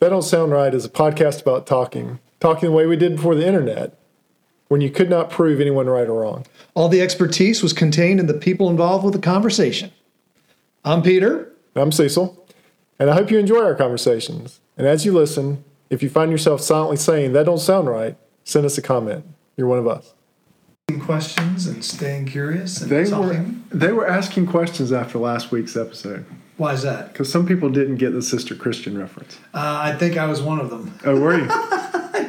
That Don't Sound Right is a podcast about talking, talking the way we did before the internet, when you could not prove anyone right or wrong. All the expertise was contained in the people involved with the conversation. I'm Peter. And I'm Cecil, and I hope you enjoy our conversations. And as you listen, if you find yourself silently saying, That don't sound right, send us a comment. You're one of us. questions and staying curious and They were, solving. they were asking questions after last week's episode Why is that? because some people didn't get the Sister Christian reference. Uh, I think I was one of them. Oh, were you?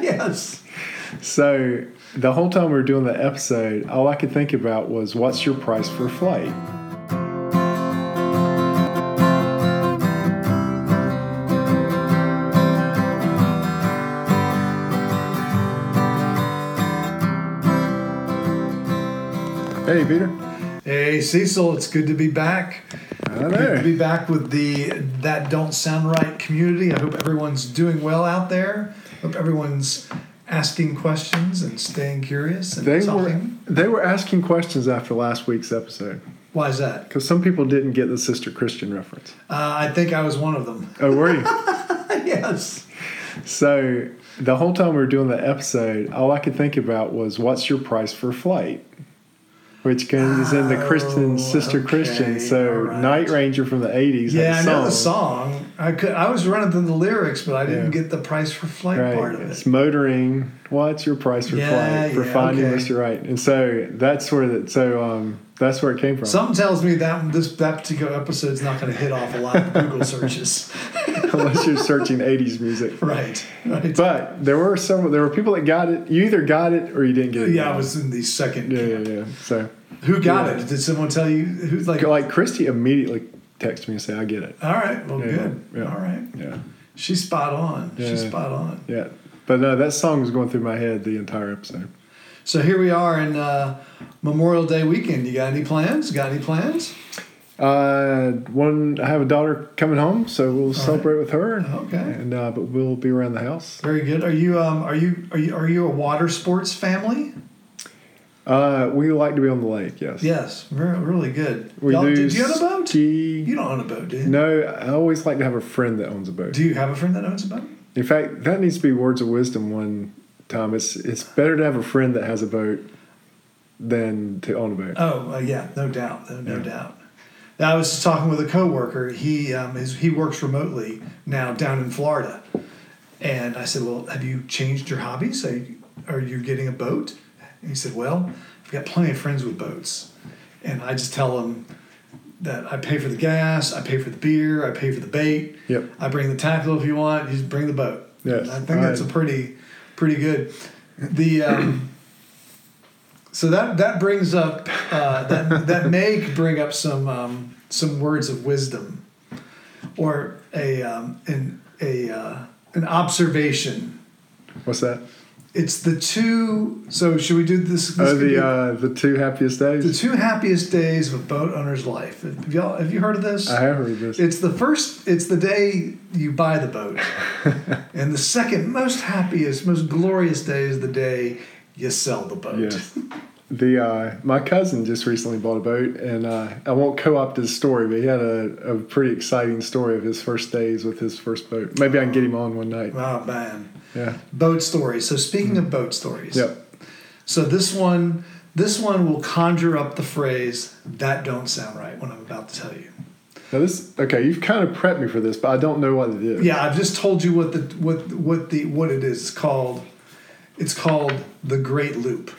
yes. So the whole time we were doing the episode, all I could think about was what's your price for a flight? Hey, Peter. Hey Cecil, it's good to be back. I Good to know. be back with the that don't sound right community. I hope everyone's doing well out there. Hope everyone's asking questions and staying curious and They were solving. they were asking questions after last week's episode Why is that? because some people didn't get the Sister Christian reference. Uh, I think I was one of them. Oh, were you? yes. So the whole time we were doing the episode, all I could think about was what's your price for flight? Which comes in the Christian Sister Christian. Oh, okay, So all right. Night Ranger from the 80s. Yeah, I had a know the song. I could. I was running through the lyrics, but I didn't Yeah. get the price for flight Right. part of it. It's motoring. What's your price for Yeah, flight for yeah, finding okay. Mr. Right? And so that's where that so um that's where it came from. Something tells me that this that particular episode's not going to hit off a lot of Google searches. Unless you're searching 80s music. right. Right. But there were several there were people that got it. You either got it or you didn't get it. yeah, I was in the second. Yeah, yeah, yeah. So Who got Yeah. it? Did someone tell you? Who's like? All like Christy immediately texted me and said, I get it. right. Well, Yeah, good. yeah. All right. Yeah. She's spot on. She's Yeah. spot on. Yeah. But no, that song was going through my head the entire episode. So here we are in uh, Memorial Day weekend. You got any plans? Got any plans? Uh, one, I have a daughter coming home, so we'll celebrate with her. Oh, Okay. And uh, but we'll be around the house. Very good. Are you um are you are you are you a water sports family? Uh, we like to be on the lake. Yes. Yes. Very, really good. We Y'all- do. did you own a boat? ski- You don't own a boat, do you? No, I always like to have a friend that owns a boat. Do you have a friend that owns a boat? In fact, that needs to be words of wisdom one time. It's it's better to have a friend that has a boat than to own a boat. Oh uh, yeah, no doubt, no, no doubt. Now, I was just talking with a coworker. He um, is, he works remotely now down in Florida, and I said, "Well, have you changed your hobbies? Are you, are you getting a boat?" And he said, "Well, I've got plenty of friends with boats, and I just tell them that I pay for the gas, I pay for the beer, I pay for the bait. Yep. I bring the tackle if you want. You just bring the boat. Yes. I think that's a Right. pretty, pretty good. The um, so that that brings up uh, that that may bring up some um, some words of wisdom, or a um, an a uh, an observation. What's that? It's the two. So should we do this? this Oh, could be the uh, the two happiest days. the two happiest days of a boat owner's life. Have y'all have you heard of this? I have heard this. It's the first. It's the day you buy the boat, and the second most happiest, most glorious day is the day you sell the boat. Yes. The uh, my cousin just recently bought a boat, and uh, I won't co-opt his story, but he had a, a pretty exciting story of his first days with his first boat. Maybe I can get him on one night. Oh man, Yeah. boat stories. So speaking of boat stories, Hmm. Yep. So this one, this one will conjure up the phrase that don't sound right when I'm about to tell you. Now this okay. You've kind of prepped me for this, but I don't know what it is. Yeah, I've just told you what the what what the what it is called. It's called the Great Loop.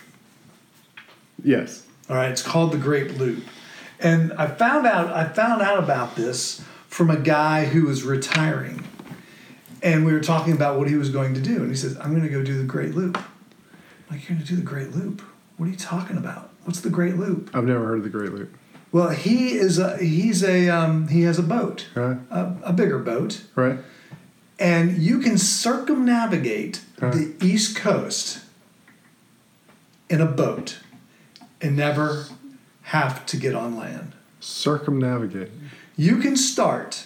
Yes. All right, it's called the Great Loop, and I found out I found out about this from a guy who was retiring, and we were talking about what he was going to do, and he says, "I'm going to go do the Great Loop." I'm like, "You're going to do the Great Loop? What are you talking about? What's the Great Loop?" I've never heard of the Great Loop. Well, he is a he's a um, he has a boat, Right. a, a bigger boat, Right. and you can circumnavigate the East Coast in a boat and never have to get on land. Circumnavigate. You can start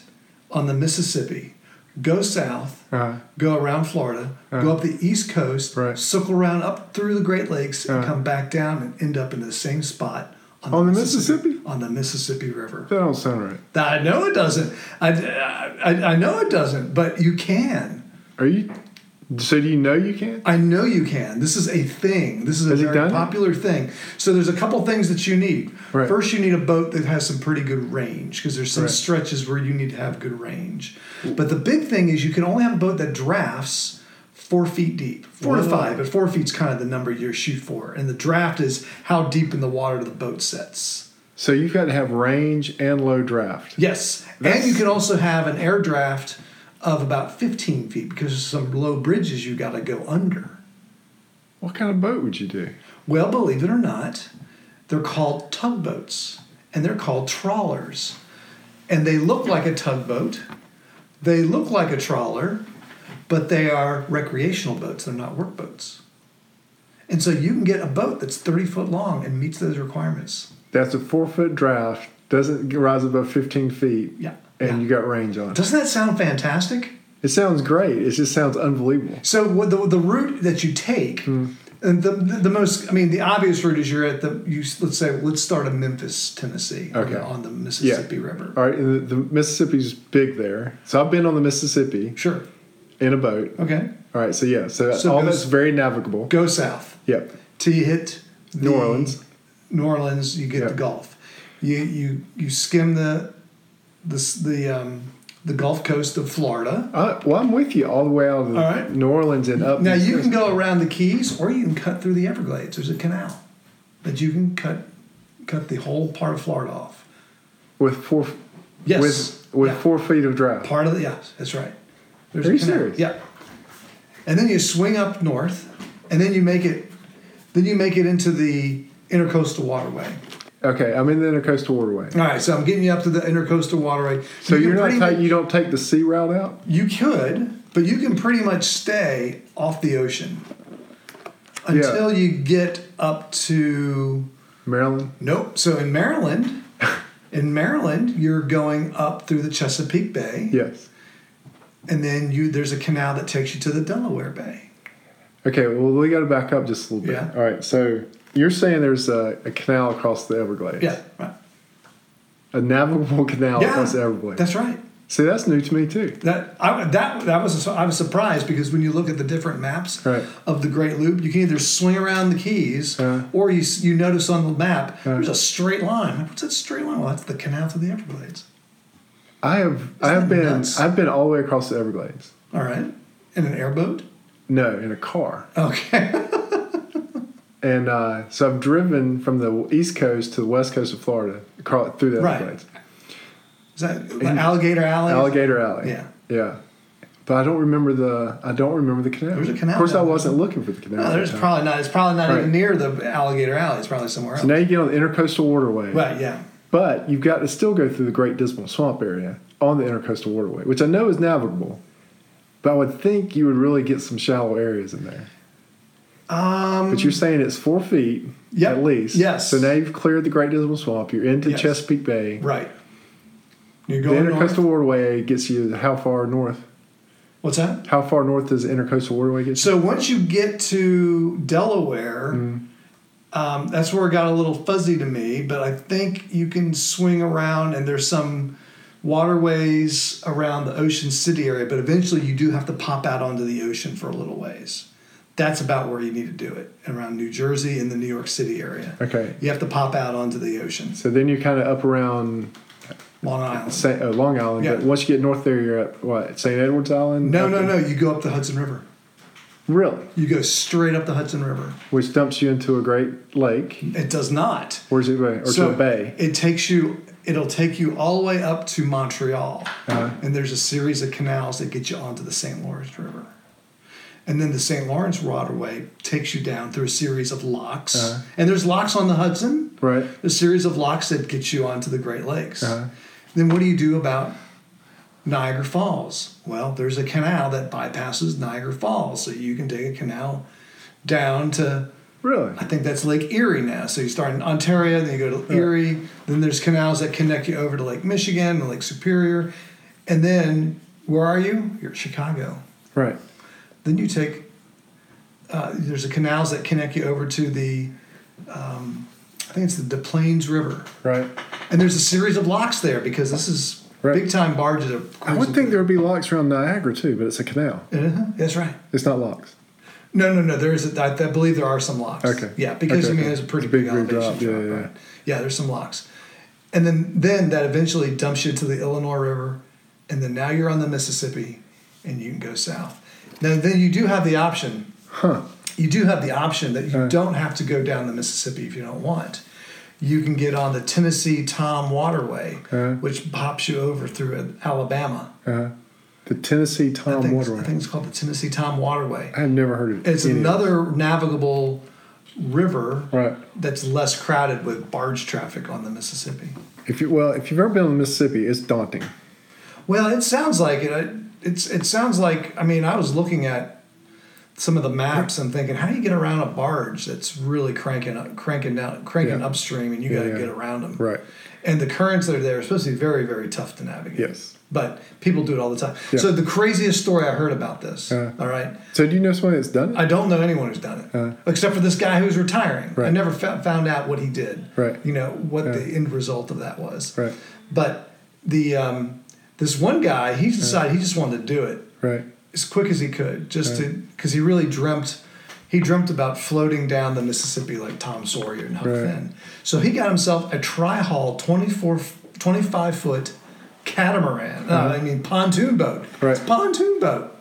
on the Mississippi, go south, Uh, go around Florida, go up the East Coast, Uh-huh. Right. circle around up through the Great Lakes, and Uh. come back down and end up in the same spot On the Mississippi? on the Mississippi River. that don't sound right. I know it doesn't. I, I, I know it doesn't, but you can. Are you? So do you know you can? I know you can. This is a thing. This is a Has he done very it? popular thing. So there's a couple things that you need. Right. First, you need a boat that has some pretty good range because there's some Right. stretches where you need to have good range. But the big thing is you can only have a boat that drafts four feet deep, four to Whoa. five, but four feet's kind of the number you shoot for. And the draft is how deep in the water the boat sets. So you've got to have range and low draft. Yes, That's- and you can also have an air draft of about 15 feet because of some low bridges you got to go under. What kind of boat would you do? Well, believe it or not, they're called tugboats and they're called trawlers. And they look like a tugboat, they look like a trawler, but they are recreational boats, they're not work boats. And so you can get a boat that's 30 foot long and meets those requirements. That's a four foot draft. Doesn't rise above fifteen feet. Yeah. And yeah. you got range on it. Doesn't that sound fantastic? It sounds great. It just sounds unbelievable. So what the, the route that you take, and the, the the most, I mean, the obvious route is you're at the you. s- Let's say let's start in Memphis, Tennessee, on the- Okay. on the Mississippi River. All right, and the, the Mississippi's big there. So I've been on the Mississippi Sure. in a boat. Okay. All right, so yeah, so, So all goes- that's very navigable. Go south Yep. till you hit the- New Orleans. New Orleans, you get Yeah. the Gulf. You you you skim the the s- the um, the Gulf coast of Florida. Uh, well, I'm with you all the way out of All right. New Orleans and up. Now you can go around the Keys, or you can cut through the Everglades. There's a canal that you can cut cut the whole part of Florida off. with four. Yes. With with Yeah. four feet of draft. Part of the yeah, that's right. There's Are a you canal. serious? Yeah. And then you swing up north, and then you make it, then you make it into the intercoastal waterway. Okay, I'm in the intercoastal waterway. All right, so I'm getting you up to the intercoastal waterway. So You you can are pretty not ta- mu- you don't take the sea route out. you could, but you can pretty much stay off the ocean until you get up to Maryland. nope. So in Maryland, in Maryland, you're going up through the Chesapeake Bay, Yes. and then you there's a canal that takes you to the Delaware Bay. Okay. Well, we got to back up just a little bit. Yeah. All right. So you're saying there's a, a canal across the Everglades. Yeah, right. A navigable canal Yeah, across the Everglades. that's right. See, that's new to me too. That I that that was I was surprised because when you look at the different maps Right. of the Great Loop, you can either swing around the keys Uh. or you s- you notice on the map Uh. there's a straight line. Like, What's that straight line? Well, that's the canal through the Everglades. I have I have that been nuts? I've been all the way across the Everglades. All right, in an airboat. No, in a car. Okay, And uh, so I've driven from the east coast to the west coast of Florida across, through the Right. Everglades. is that like alligator alley? Alligator Alley. Yeah. Yeah. But I don't remember the I don't remember the canal. There's a canal Of course, I down there. wasn't looking for the canal. No, at there's the time. probably not. It's probably not Right. even near the alligator alley. It's probably somewhere else. So now you get on the intercoastal waterway, Right? Yeah. but you've got to still go through the Great Dismal Swamp area on the intercoastal waterway, which I know is navigable. But I would think you would really get some shallow areas in there. Um, But you're saying it's four feet Yep. at least. Yes. So now you've cleared the Great Dismal Swamp. You're into Yes. Chesapeake Bay. right. You're The going north. intercoastal waterway gets you how far north? What's that? How far north does the intercoastal waterway get? you? So once you get to Delaware, um, that's where it got a little fuzzy to me. But I think you can swing around, and there's some waterways around the Ocean City area. But eventually, you do have to pop out onto the ocean for a little ways. That's about where you need to do it around New Jersey and the New York City area. okay. You have to pop out onto the ocean, So then you're kind of up around Long Island. St. Uh, Long Island, Yeah. but once you get north there, you're at what St. Edward's Island. No, Up no, in- no. You go up the Hudson River. Really, You go straight up the Hudson River. which dumps you into a great lake, It does not. or is it bay, or So to a bay? It takes you. It'll take you all the way up to Montreal, and there's a series of canals that get you onto the St. Lawrence River, and then the St. Lawrence waterway takes you down through a series of locks, and there's locks on the Hudson. Right. A series of locks that get you onto the Great Lakes. Then what do you do about Niagara Falls? Well, there's a canal that bypasses Niagara Falls, so you can take a canal down to Really? I think that's Lake Erie now. So you start in Ontario, then you go to Erie, then there's canals that connect you over to Lake Michigan and Lake Superior. And then where are you? You're at Chicago. Right. Then you take, uh, there's the canals that connect you over to the, um, I think it's the Des Plaines River. Right. And there's a series of locks there because this is Right. Big time barges are. I would think there would be locks around Niagara too, but it's a canal. Uh-huh, that's right. It's not locks. No, no, no. There is. A, I, I believe there are some locks. Okay. Yeah, because Okay, I mean, okay. there's a pretty It's a big, big, big elevation drop, drop. yeah, right? yeah. Yeah, there's some locks, and then then that eventually dumps you to the Illinois River, and then now you're on the Mississippi, and you can go south. Now then you do have the option. Huh. You do have the option that Uh. you don't have to go down the Mississippi if you don't want. You can get on the Tennessee Tom Waterway, Uh-huh. which pops you over through Alabama. Uh, the Tennessee I, Tom think, Waterway. I think it's called the Tennessee Tom Waterway. I have never heard of it. It's another navigable river Right. that's less crowded with barge traffic on the Mississippi. If you well, if you've ever been on the Mississippi, it's daunting. Well, it sounds like it. I- It's it sounds like I mean I was looking at some of the maps and thinking how do you get around a barge that's really cranking up, cranking down cranking Yeah. upstream and you Yeah, got to yeah. get around them. Right. And the currents that are there are supposed to be very very tough to navigate. Yes. But people do it all the time. Yeah. So the craziest story I heard about this. all right. So do you know somebody that's done it? I don't know anyone who's done it, except for this guy who's retiring. I Right. never fo- found out what he did. Right. You know what the end result of that was. Right. But the um, this one guy, he decided he just wanted to do it right. as quick as he could, just to because he really dreamt. He dreamt about floating down the Mississippi like Tom Sawyer and Huck Right. Finn. So he got himself a tri-hull 24, 25 foot catamaran. uh, I mean pontoon boat. Mm-hmm. Right. It's a pontoon boat,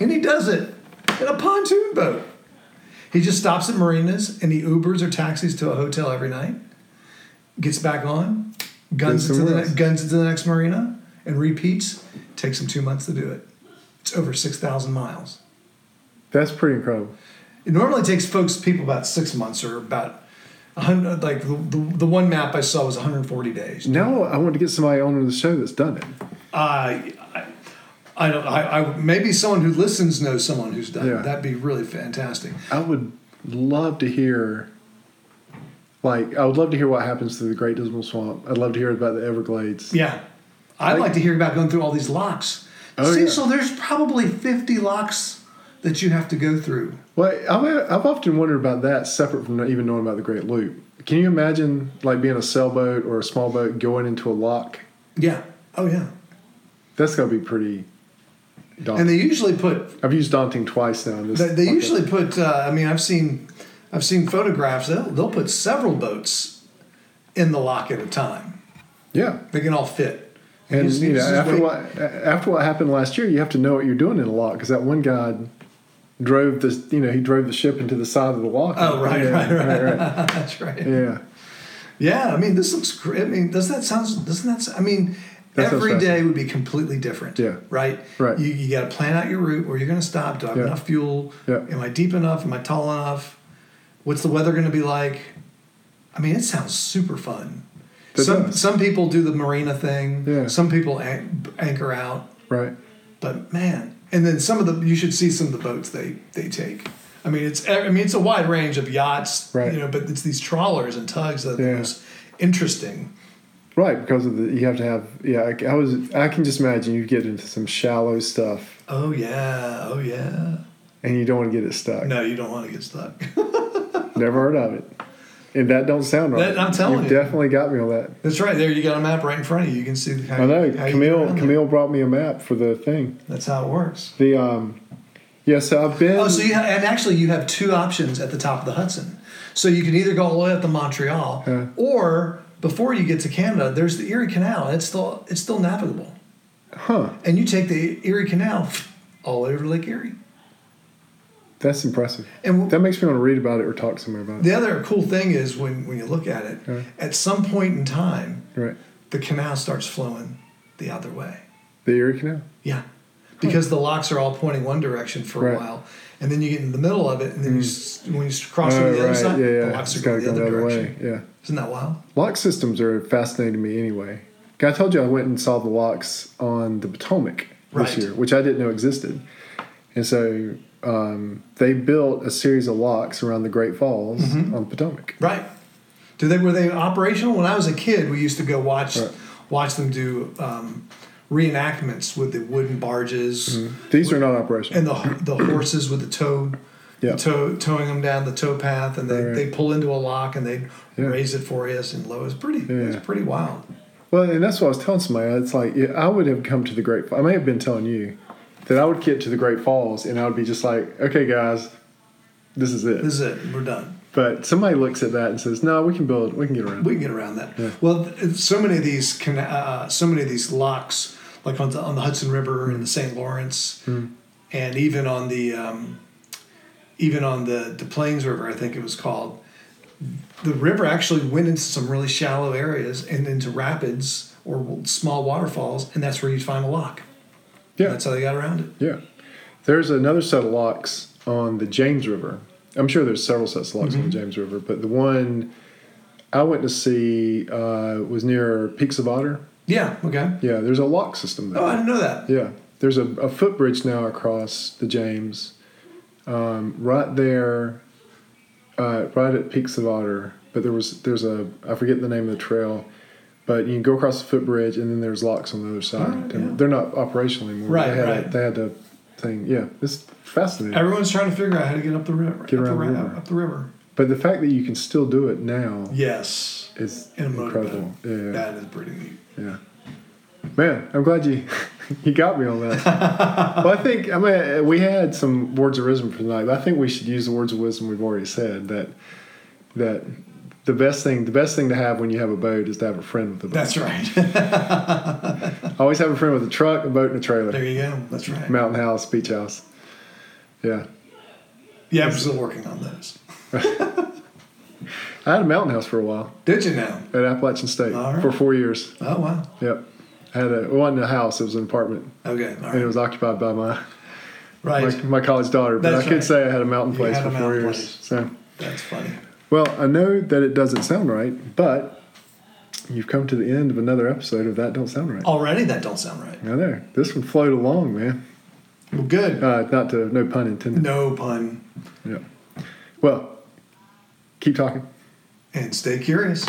and he does it in a pontoon boat. He just stops at marinas and he Ubers or taxis to a hotel every night. Gets back on, Goes guns it to the somewhere ne- else. guns it to the next marina, and repeats. Takes him two months to do it. It's over six thousand miles. That's pretty incredible. It normally takes folks people about six months or about a hundred. Like the, the, the one map I saw was 140 days. Now I want to get somebody on the show that's done it. I I, I don't. I, I maybe someone who listens knows someone who's done Yeah. it. That'd be really fantastic. I would love to hear. Like I would love to hear what happens to the Great Dismal Swamp. I'd love to hear about the Everglades. Yeah, I'd like to hear about going through all these locks. Oh, See, yeah. so there's probably 50 locks that you have to go through. Well, I've, I've often wondered about that, separate from even knowing about the Great Loop. Can you imagine like being a sailboat or a small boat going into a lock? Yeah. Oh yeah. That's got to be pretty daunting. And they usually put I've used daunting twice now. In this They, they podcast. usually put. Uh, I mean, I've seen, I've seen photographs. They'll they'll put several boats in the lock at a time. yeah. They can all fit. And just- you know, just after wait. what after what happened last year, you have to know what you're doing in a lot because that one guy drove this. You know, he drove the ship into the side of the lock. Oh right, Yeah, right, right, right. That's right. Yeah. Yeah, I mean, this looks great. I mean, does that sounds? Doesn't that? s- I mean, That sounds every day fascinating. would be completely different. Yeah. Right. Right. You, you got to plan out your route. Where you're going to stop? Do I have Yeah. enough fuel? Yeah. Am I deep enough? Am I tall enough? What's the weather going to be like? I mean, it sounds super fun. That some does. some people do the marina thing. Yeah. Some people an- anchor out. right. But man, and then some of the you should see some of the boats they they take. I mean, it's I mean it's a wide range of yachts, Right. you know, but it's these trawlers and tugs that are the Yeah. most interesting. Right, because of the you have to have yeah. I, I was I can just imagine you get into some shallow stuff Oh yeah, oh yeah. and you don't want to get it stuck. No, you don't want to get stuck. Never heard of it, and that don't sound right. That- I'm telling you. definitely got me on that. That's right. There, you got a map right in front of you. You can see how I know you- how you get Camille. around it. Camille brought me a map for the thing. That's how it works. The um, yeah. So I've been. Oh, so you ha- and actually you have two options at the top of the Hudson. So you can either go all the way up to Montreal, Yeah. or before you get to Canada, there's the Erie Canal. And it's still it's still navigable. huh? and you take the Erie Canal all over Lake Erie. That's impressive. And w- That makes me want to read about it or talk somewhere about it. the other cool thing is when, when you look at it, Yeah. at some point in time, Right. the canal starts flowing the other way. The Erie Canal. Yeah. Because the locks are all pointing one direction for a Right. Mm. while, and then you get in the middle of it, and then you s when you s- cross Oh, over the other right. side, yeah, the yeah. locks are It's got going to the go other the other direction. way. Yeah. Isn't that wild? Lock systems are fascinating to me anyway. I told you I went and saw the locks on the Potomac Right. this year, which I didn't know existed. And so um, they built a series of locks around the Great Falls Mm-hmm. on the Potomac. Right. Do they were they operational? When I was a kid, we used to go watch Right. watch them do um, reenactments with the wooden barges. These are not operational. and the the horses with the tow, Yeah. the tow towing them down the tow path, and they, Right. they pull into a lock and they Yeah. raise it for us and low. It's pretty, Yeah. it's pretty wild. Well, and that's what I was telling somebody. It's like yeah, I would have come to the Great. I may have been telling you that I would get to the Great Falls, and I would be just like, "Okay, guys, this is it." This is it. We're done. But somebody looks at that and says, "No, we can build. We can get around." We can get around that. Well, th- so many of these can, uh, so many of these locks, like on the, on the Hudson River and the St. Lawrence, Hmm. and even on the um, even on the the Plains River, I think it was called. The river actually went into some really shallow areas and into rapids or w- small waterfalls, and that's where you'd find a lock. Yeah. that's how they got around it. Yeah. There's another set of locks on the James River. I'm sure there's several sets of locks Mm-hmm. on the James River, but the one I went to see uh, was near Peaks of Otter. Yeah. Okay. Yeah, there's a lock system there. Oh, I didn't know that. Yeah, there's a, a footbridge now across the James, um, right there, uh, right at Peaks of Otter. But there was there's a I forget the name of the trail, but you can go across the footbridge and then there's locks on the other side. Alright, And yeah. They're not operational anymore. but Right, they had A, right. they had a thing. Yeah, it's fascinating. Everyone's trying to figure out how to get up the river. Get up around the ri- river. Up the river. but the fact that you can still do it now Yes. is In a motorboat. incredible. Yeah, That is pretty neat. yeah. Man, I'm glad you you got me on that. well, I think I mean we had some words of wisdom for tonight, but I think we should use the words of wisdom we've already said that that the best thing the best thing to have when you have a boat is to have a friend with a boat. That's right. Always have a friend with a truck, a boat, and a trailer. there you go. That's right. Mountain house, beach house. Yeah, Yeah, I'm still working on those. I had a mountain house for a while Did you now? at Appalachian State All right. for four years. Oh wow. Yep, I had a it wasn't a house; it was an apartment, Okay. All and it right. was occupied by my Right. my, my college daughter, but That's I could right. say I had a mountain You place had a for four mountain years. place. So, That's funny. well, I know that it doesn't sound right, but you've come to the end of another episode of That Don't Sound Right. Already that don't sound right. Now there, this one flowed along, man. Well, good. Uh, not to, no pun intended. No pun. Yeah. Well, keep talking. And stay curious.